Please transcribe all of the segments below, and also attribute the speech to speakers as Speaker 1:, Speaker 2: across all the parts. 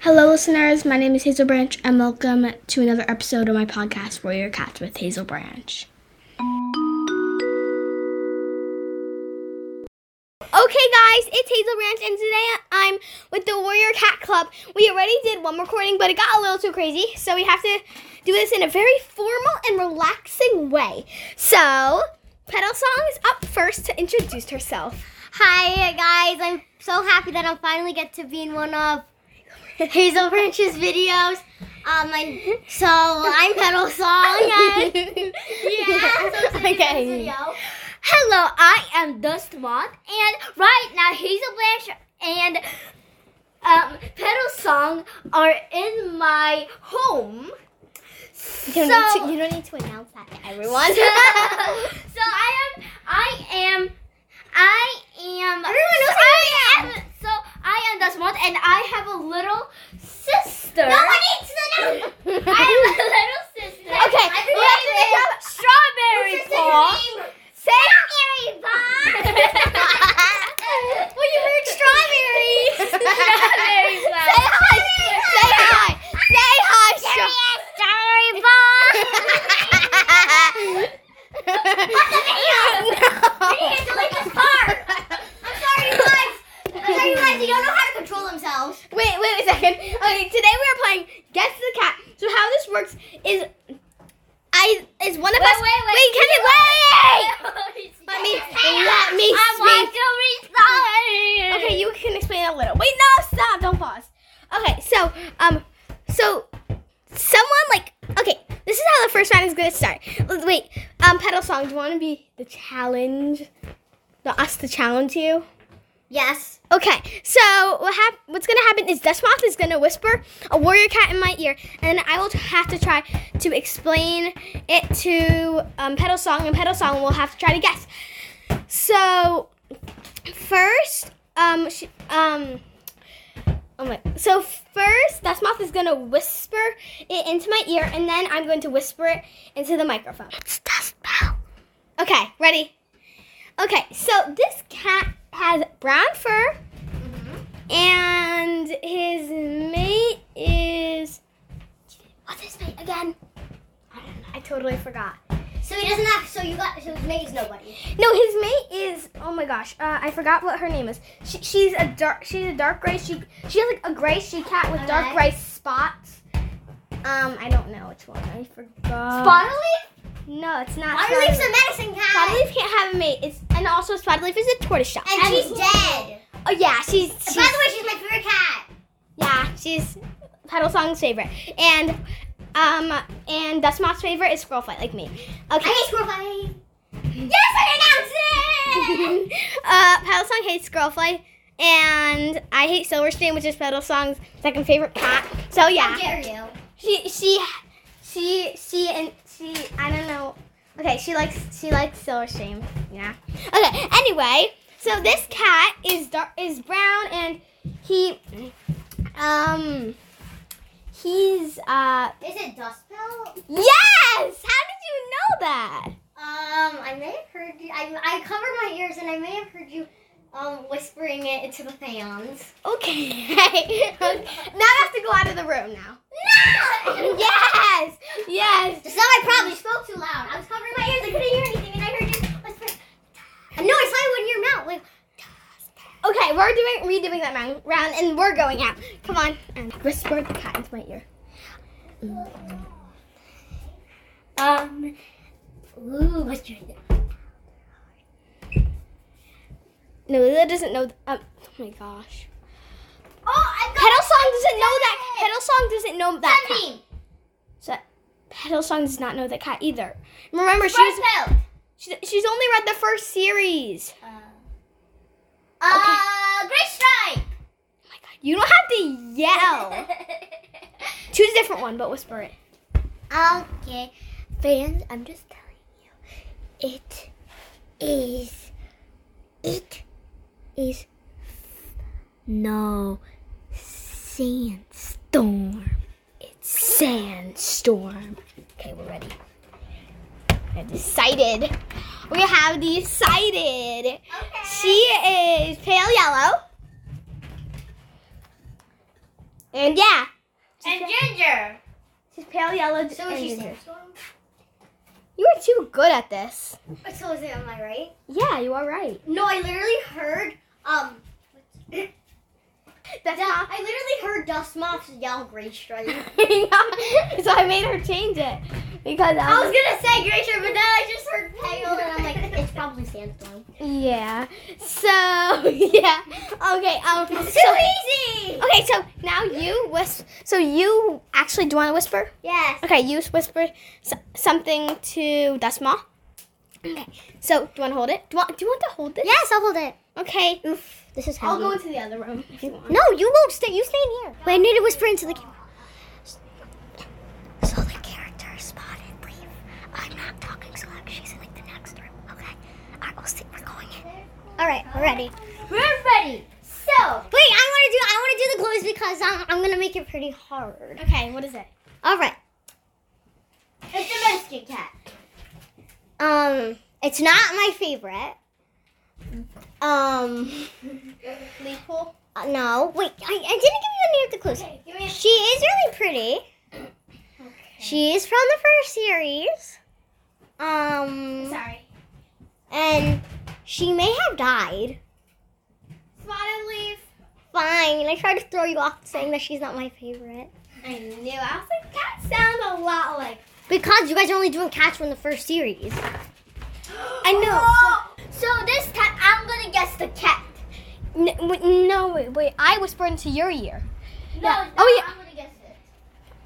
Speaker 1: Hello, listeners. My name is Hazel Branch, and welcome to another episode of my podcast, Warrior Cats with Hazel Branch.
Speaker 2: Okay, guys, it's Hazel Ranch, and today I'm with the Warrior Cat Club. We already did one recording, but it got a little too crazy, so we have to do this in a very formal and relaxing way. So, Petal Song is up first to introduce herself.
Speaker 3: Hi guys, I'm so happy that I finally get to be in one of Hazel Branch's videos. Um, I, so I'm Petal Song. And yeah. So today's
Speaker 2: Okay.
Speaker 3: video. Hello, I am Dust Moth, and right now Hazel Branch and um, Petal Song are in my home.
Speaker 2: You don't,
Speaker 3: So-
Speaker 2: need, to, you don't need to announce that to
Speaker 3: So,
Speaker 2: everyone.
Speaker 3: so I am. I am. I am. so I am. So I am this month, and I have a little sister.
Speaker 2: No one
Speaker 3: needs to know. I have a little sister.
Speaker 2: Okay,
Speaker 3: I
Speaker 2: we have to make up Paul.
Speaker 3: strawberry Say strawberry Paul. well, you heard strawberry. strawberry Paul.
Speaker 2: Say hi. Say hi. Say hi. Stra-
Speaker 3: Strawberry Paul. Video.
Speaker 2: No.
Speaker 3: delete this part. I'm sorry, guys. I'm sorry, guys. They don't know how to control themselves.
Speaker 2: Wait, wait a second. Okay, today we are playing Guess the Cat. So how this works is I is one of
Speaker 3: Wait,
Speaker 2: us
Speaker 3: wait, wait.
Speaker 2: wait, Kenny, wait!
Speaker 3: Let
Speaker 2: me- let me
Speaker 3: I want to restart.
Speaker 2: Okay, you can explain a little. Wait, no, stop, don't pause. Okay, so um so someone like okay, this is how the first round is gonna start. Wait, um pedal song, do you wanna be the challenge? The us to challenge you?
Speaker 3: Yes.
Speaker 2: Okay, so what hap- what's gonna happen is Desmoth is gonna whisper a warrior cat in my ear, and I will have to try to explain it to um, Petal Song, and Petal Song will have to try to guess. So first, um, sh- um, oh my, so first Desmoth is gonna whisper it into my ear, and then I'm going to whisper it into the microphone. It's Desmoth. Okay, ready? Okay, so this cat has brown fur,
Speaker 3: Mm-hmm.
Speaker 2: and his mate is.
Speaker 3: What's his name again?
Speaker 2: I totally forgot.
Speaker 3: So he doesn't have. So you got. So his name is nobody.
Speaker 2: No, his mate is. Oh my gosh, uh, I forgot what her name is. She, she's a dark. She's a dark gray. She she has like a gray she cat with dark
Speaker 3: Alright.
Speaker 2: gray spots. Um, I don't know which one. I forgot.
Speaker 3: Spotterleaf.
Speaker 2: No, it's not.
Speaker 3: Spotterleaf's
Speaker 2: Spotted
Speaker 3: a medicine
Speaker 2: Leaf.
Speaker 3: cat.
Speaker 2: Spotted Leaf can't have a mate. It's and also Spotted Leaf is a tortoise shell.
Speaker 3: And she's dead.
Speaker 2: Oh yeah, she's.
Speaker 3: And
Speaker 2: she's
Speaker 3: by the way, she's my favorite cat.
Speaker 2: Yeah, she's Petal Song's favorite. And um and Dust Moth's favorite is Squirrel Fight, like me.
Speaker 3: I
Speaker 2: Okay.
Speaker 3: hate squirrel fight. Yes, I announced it.
Speaker 2: uh Petal Song hates Squirrel Fight. And I hate Silverstein, which is Petal Song's second favorite cat. So
Speaker 3: How
Speaker 2: yeah.
Speaker 3: dare you?
Speaker 2: She she she she and she I don't know. Okay, she likes she likes Silverstein. Yeah. Okay, anyway, so this cat is dark is brown and he um he's uh
Speaker 3: Is it Dust Belt?
Speaker 2: Yes! How did you know that?
Speaker 3: Um, I may have heard you. I, I covered my ears and I may have heard you um, whispering it into the fans.
Speaker 2: Okay. now I have to go out of the room now.
Speaker 3: No!
Speaker 2: Yes! Yes!
Speaker 3: Just now I probably spoke too loud. I was covering my ears. I couldn't hear anything and I heard you whisper. And no, I saw you in your mouth. Like,
Speaker 2: Okay, we're doing redoing that round, round and we're going out. Come on. And whisper the cat into my ear.
Speaker 3: um, ooh, what's your
Speaker 2: No, that doesn't know. um, oh my gosh.
Speaker 3: Oh, I got
Speaker 2: Petal Song doesn't know that. Petal Song doesn't know that. Cat.
Speaker 3: Sunbeam.
Speaker 2: So, Petal Song does not know that cat either. Remember,
Speaker 3: She's
Speaker 2: she's, she's she's only read the first series.
Speaker 3: Uh, uh, Great
Speaker 2: Oh my god, you don't have to yell.
Speaker 3: Stripe.
Speaker 2: Choose a different one, but whisper it.
Speaker 3: Okay, fans, I'm just telling you, it is, it is no sandstorm.
Speaker 2: Sandstorm. Okay, we're ready. I decided. We have decided.
Speaker 3: Okay.
Speaker 2: She is pale yellow. And yeah,
Speaker 3: And Ginger.
Speaker 2: she's pale yellow.
Speaker 3: So is
Speaker 2: and
Speaker 3: she
Speaker 2: ginger.
Speaker 3: sandstorm?
Speaker 2: You are too good at this.
Speaker 3: So is it? Am I right?
Speaker 2: Yeah, you are right.
Speaker 3: No, I literally heard um.
Speaker 2: That's
Speaker 3: I literally heard dust moths yell gray stripe.
Speaker 2: not. so I made her change it because I
Speaker 3: I
Speaker 2: was
Speaker 3: was gonna say gray stripe, but then I just heard pale, and I'm like, it's probably sandstorm.
Speaker 2: Yeah. So yeah. Okay. Um. So,
Speaker 3: easy.
Speaker 2: okay. So now you whisper. So you actually do want to whisper?
Speaker 3: Yes.
Speaker 2: Okay. You whisper s- something to Dust Moth. Okay. So do you want to hold it? Do you want? Do you want to hold it?
Speaker 3: Yes, I'll hold it.
Speaker 2: Okay.
Speaker 3: This is
Speaker 2: I'll go into the other room if you want.
Speaker 3: No, you won't stay. You stay in here. Wait, I need to whisper into the camera. So the character spotted leave. I'm not talking so loud. She's in like the next room. Okay. All right, we'll see. We're going in. All right, we're ready. We're ready. So wait, I want to do. I want to do the glows because I'm, I'm gonna make it pretty hard.
Speaker 2: Okay. What is it?
Speaker 3: All right. It's a Mexican cat. Um, it's not my favorite. Um.
Speaker 2: Leepool.
Speaker 3: Uh, no, wait, I, I didn't give you any of the clues.
Speaker 2: Give me.
Speaker 3: She is really pretty. She is from the first series. Um,
Speaker 2: Sorry.
Speaker 3: and she may have died.
Speaker 2: Spotted leaf.
Speaker 3: Fine, I tried to throw you off saying that she's not my favorite.
Speaker 2: I knew. I was like, cats sound a lot like.
Speaker 3: Because you guys are only doing cats from the first series.
Speaker 2: I know.
Speaker 3: So this time I'm gonna guess the cat.
Speaker 2: N- wait, no, wait, wait. I whisper into your ear.
Speaker 3: No,
Speaker 2: no, Oh, yeah.
Speaker 3: I'm gonna guess it.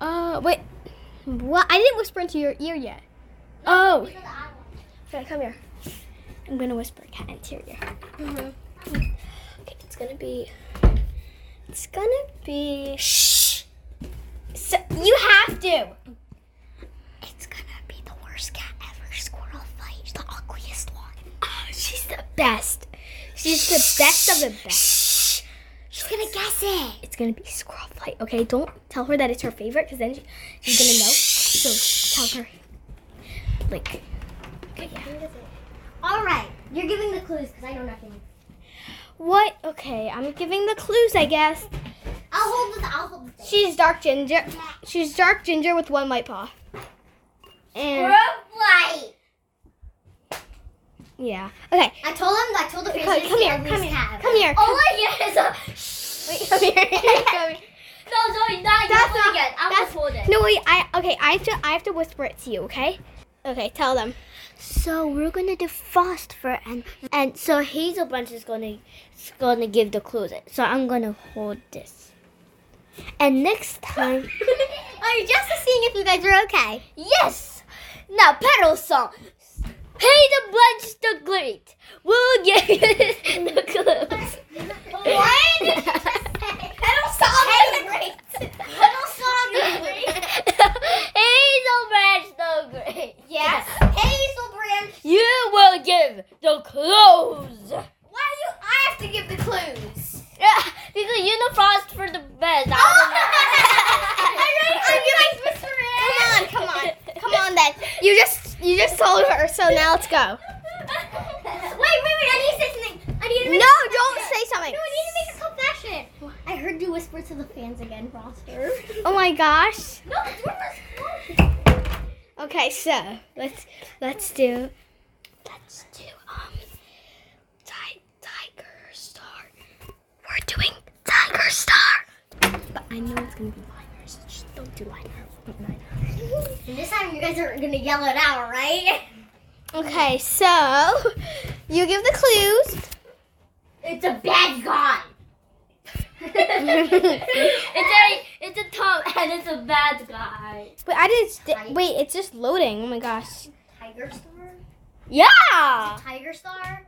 Speaker 2: Uh, wait. What? I didn't whisper into your ear yet. Oh. Okay, come here. I'm gonna whisper cat into your ear. Okay, it's gonna be. It's gonna be. Shh. So, you have to.
Speaker 3: It's gonna be the worst cat ever. Squirrel fight, the ugliest one.
Speaker 2: Oh, she's the best. She's the best of the best.
Speaker 3: Shh. She's gonna guess it.
Speaker 2: It's gonna be squirrel fight. Okay, don't tell her that it's her favorite, cause then she, she's gonna know. So tell her. Like. Okay, yeah.
Speaker 3: All right, you're giving the clues because I know nothing.
Speaker 2: What? Okay, I'm giving the clues, I guess.
Speaker 3: I'll hold the. I'll hold the. Thing.
Speaker 2: She's dark ginger. She's dark ginger with one white paw. And
Speaker 3: light.
Speaker 2: yeah. Okay.
Speaker 3: I told him. I told the
Speaker 2: Come-
Speaker 3: faces
Speaker 2: come
Speaker 3: the
Speaker 2: here,
Speaker 3: ugliest
Speaker 2: come here,
Speaker 3: cat.
Speaker 2: come here,
Speaker 3: All I hear is a.
Speaker 2: Wait, come here. come here.
Speaker 3: No, no, not
Speaker 2: That's
Speaker 3: you
Speaker 2: not-
Speaker 3: again. I'll
Speaker 2: that's-
Speaker 3: just hold it.
Speaker 2: No wait. I okay. I have to. I have to whisper it to you. Okay. Okay. Tell them.
Speaker 3: So we're gonna do Phosphor and and so Hazel Bunch is gonna is gonna give the clues. So I'm gonna hold this. And next time. oh, you're just seeing if you guys are okay. Yes. Now pedal song. Hey the bunch the great. We'll give you the clues. What? pedal song the great. Pedal song the great. Hazel Branch the great. Yes. Hazel Branch.
Speaker 2: You will give the clues.
Speaker 3: Why do I have to give the clues?
Speaker 2: because you know frost for the best.
Speaker 3: I'm
Speaker 2: Come on. Come on. Come on then. You just. You just told her. So now let's go.
Speaker 3: Wait, wait, wait! I need to say something. I need to
Speaker 2: No,
Speaker 3: make.
Speaker 2: don't say something.
Speaker 3: No, I need to make a confession. I heard you whisper to the fans again, Foster.
Speaker 2: Oh my gosh.
Speaker 3: no, the door was closed.
Speaker 2: Okay, so let's let's do let's do um ti- tiger star. We're doing tiger star. But I know it's gonna be liners. Just don't do liner. Don't liner.
Speaker 3: And this time you guys are gonna yell it out, right?
Speaker 2: Okay, so you give the clues.
Speaker 3: It's a bad guy. it's a it's a Tom and it's a bad guy.
Speaker 2: Wait, I didn't. St- wait, it's just loading. Oh my gosh.
Speaker 3: Tiger Star.
Speaker 2: Yeah.
Speaker 3: Tiger Star.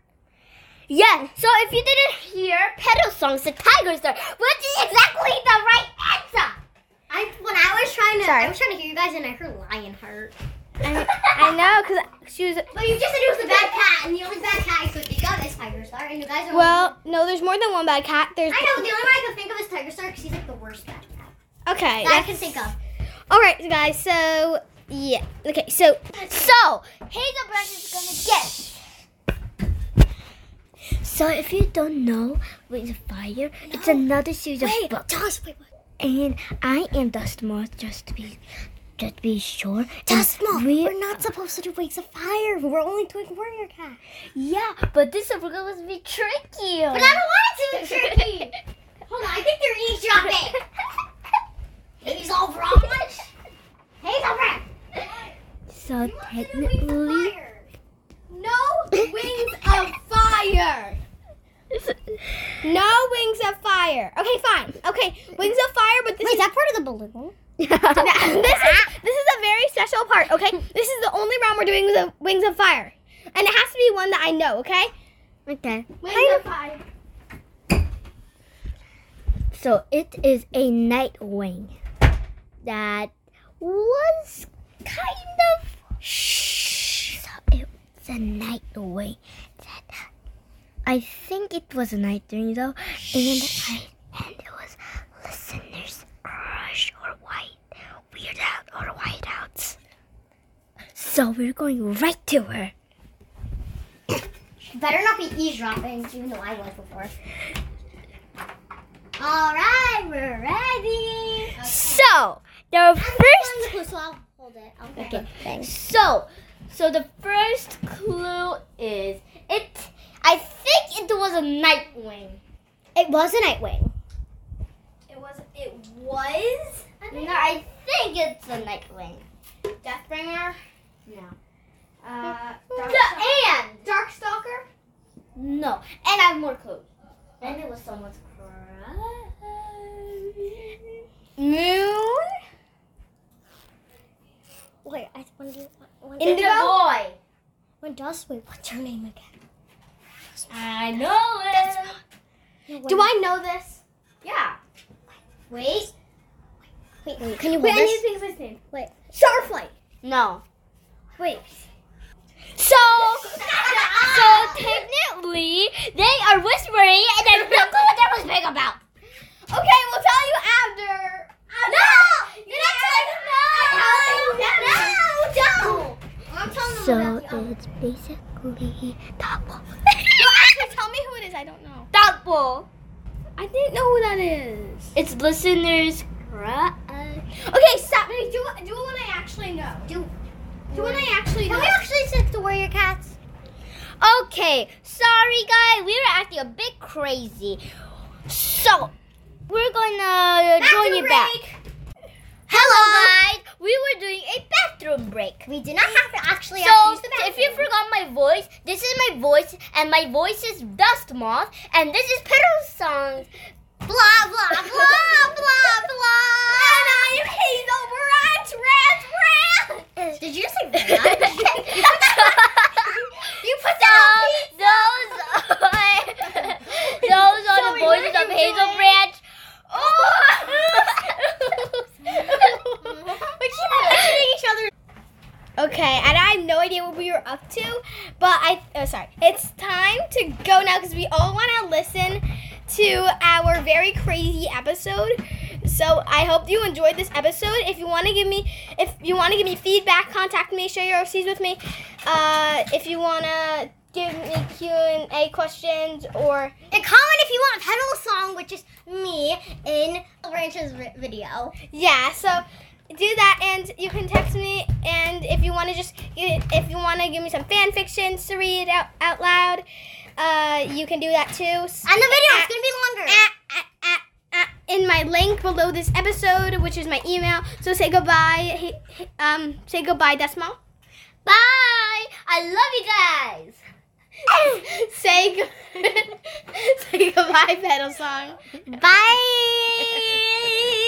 Speaker 2: Yeah.
Speaker 3: So if you didn't hear, pedal songs the Tiger Star, which is exactly the right answer. I when I was trying to
Speaker 2: Sorry.
Speaker 3: I was trying to hear you guys and I heard Lionheart.
Speaker 2: I, I know, cause she was.
Speaker 3: But you just said it was a bad cat, and the only bad cat I could think of is Tiger Star, and you guys are.
Speaker 2: Well, no, there's more than one bad cat. There's.
Speaker 3: I know the only one I could think of is Tiger Star because he's like the worst bad cat
Speaker 2: Okay.
Speaker 3: that I can think of.
Speaker 2: All right, guys. So yeah. Okay. So so Hazelbrush is gonna get.
Speaker 3: So if you don't know, with fire, it's another series
Speaker 2: Wait,
Speaker 3: books.
Speaker 2: Josh. Wait. What?
Speaker 4: And I am Dust Moth, just to be just to be sure.
Speaker 3: Dust Moth,
Speaker 4: we-
Speaker 3: we're not supposed to do Wakes of Fire. We're only doing Warrior Cat.
Speaker 4: Yeah, but this is supposed to be tricky.
Speaker 3: But I don't want it to be tricky. Hold on, I think you're eavesdropping. Hazel Brown? Hazel Brown!
Speaker 4: so
Speaker 3: Wings
Speaker 4: technically,
Speaker 3: of fire. No wings of fire.
Speaker 2: No wings of fire. Okay, fine. Okay, wings of fire, but this
Speaker 3: Wait,
Speaker 2: is
Speaker 3: that part of the balloon?
Speaker 2: this is this is a very special part. Okay, this is the only round we're doing with the wings of fire, and it has to be one that I know. Okay,
Speaker 4: okay.
Speaker 2: wings of fire.
Speaker 4: So it is a Nightwing that was kind of. Shh. So it's a Nightwing that I think it was a Nightwing though, and I and it was listeners crush or white weird out or white outs. So we're going right to her.
Speaker 3: Better not be eavesdropping, even though I was before. All right, we're ready.
Speaker 4: So the
Speaker 3: I'm
Speaker 4: first.
Speaker 3: the clue, so I'll hold it. I'll hold
Speaker 4: Okay.
Speaker 3: it.
Speaker 4: So, so the first clue is it. I think it was a Nightwing.
Speaker 3: It was a Nightwing.
Speaker 4: It was. It was.
Speaker 3: I
Speaker 4: No, I think it's a Nightwing.
Speaker 2: Deathbringer. Uh,
Speaker 4: The and
Speaker 2: Darkstalker.
Speaker 4: no, and I have more clues. And it was someone's crush.
Speaker 2: Moon.
Speaker 3: Wait, I when do when,
Speaker 4: It's a boy.
Speaker 3: when does wait? What's her name again?
Speaker 4: I know it.
Speaker 2: Do I know this?
Speaker 4: Yeah.
Speaker 3: Wait. Wait, wait. Can you
Speaker 2: Wait,
Speaker 3: hold
Speaker 2: I need to
Speaker 3: this?
Speaker 2: think of his name.
Speaker 3: Wait.
Speaker 2: Starflight.
Speaker 4: No.
Speaker 3: Wait.
Speaker 4: So, so technically, they are whispering, and I have no clue what they're whispering about.
Speaker 2: Okay, we'll tell you after.
Speaker 4: No!
Speaker 2: You're not telling
Speaker 4: No! No! Don't!
Speaker 3: I'm telling them
Speaker 4: So
Speaker 3: about the other.
Speaker 4: it's basically double.
Speaker 2: You actually tell me who it is. I don't know.
Speaker 4: Double.
Speaker 2: I didn't know who that is.
Speaker 4: It's listeners. Cry.
Speaker 2: Okay, stop. Hey, Do do one I actually know.
Speaker 3: Do-
Speaker 2: do one I actually know.
Speaker 3: Can we actually stick to Warrior Cats?
Speaker 4: Okay, sorry guys, we were acting a bit crazy. So we're gonna join you back. Hello guys, we were doing a bathroom break.
Speaker 3: We did not have to actually have to
Speaker 4: So,
Speaker 3: use the
Speaker 4: if you
Speaker 3: bathroom.
Speaker 4: forgot my voice, this is my voice, and my voice is Dust Moth, and this is Petal Songs. Blah, blah, blah, blah, blah. And I am Hazel Branch, Branch, Branch.
Speaker 3: Did you say that?
Speaker 4: you put down those are, those are the
Speaker 3: So
Speaker 4: voices
Speaker 3: you're
Speaker 4: of Hazel
Speaker 3: enjoying-
Speaker 4: Branch.
Speaker 2: Oh!
Speaker 3: we keep mentioning each other.
Speaker 2: Okay, and I have no idea what we were up to, but I oh, sorry. It's time to go now because we all want to listen to our very crazy episode. So I hope you enjoyed this episode. If you want to give me, if you want to give me feedback, contact me. Share your overseas with me. Uh, if you want to give me Q and A questions or
Speaker 3: And comment if you want pedal song, which is me in Ranch's vi- video.
Speaker 2: Yeah, so do that, and you can text me. And if you want to just, if you want to give me some fan fictions to read out, out loud, uh, you can do that too. Ah, S-
Speaker 3: And the video is gonna be longer.
Speaker 2: at- at- at- at- ah. In my link below this episode, which is my email. So say goodbye. he- he- Um, say goodbye, Desmo.
Speaker 3: Bye. I love you guys.
Speaker 2: say, go- say goodbye, pedal song.
Speaker 3: Bye.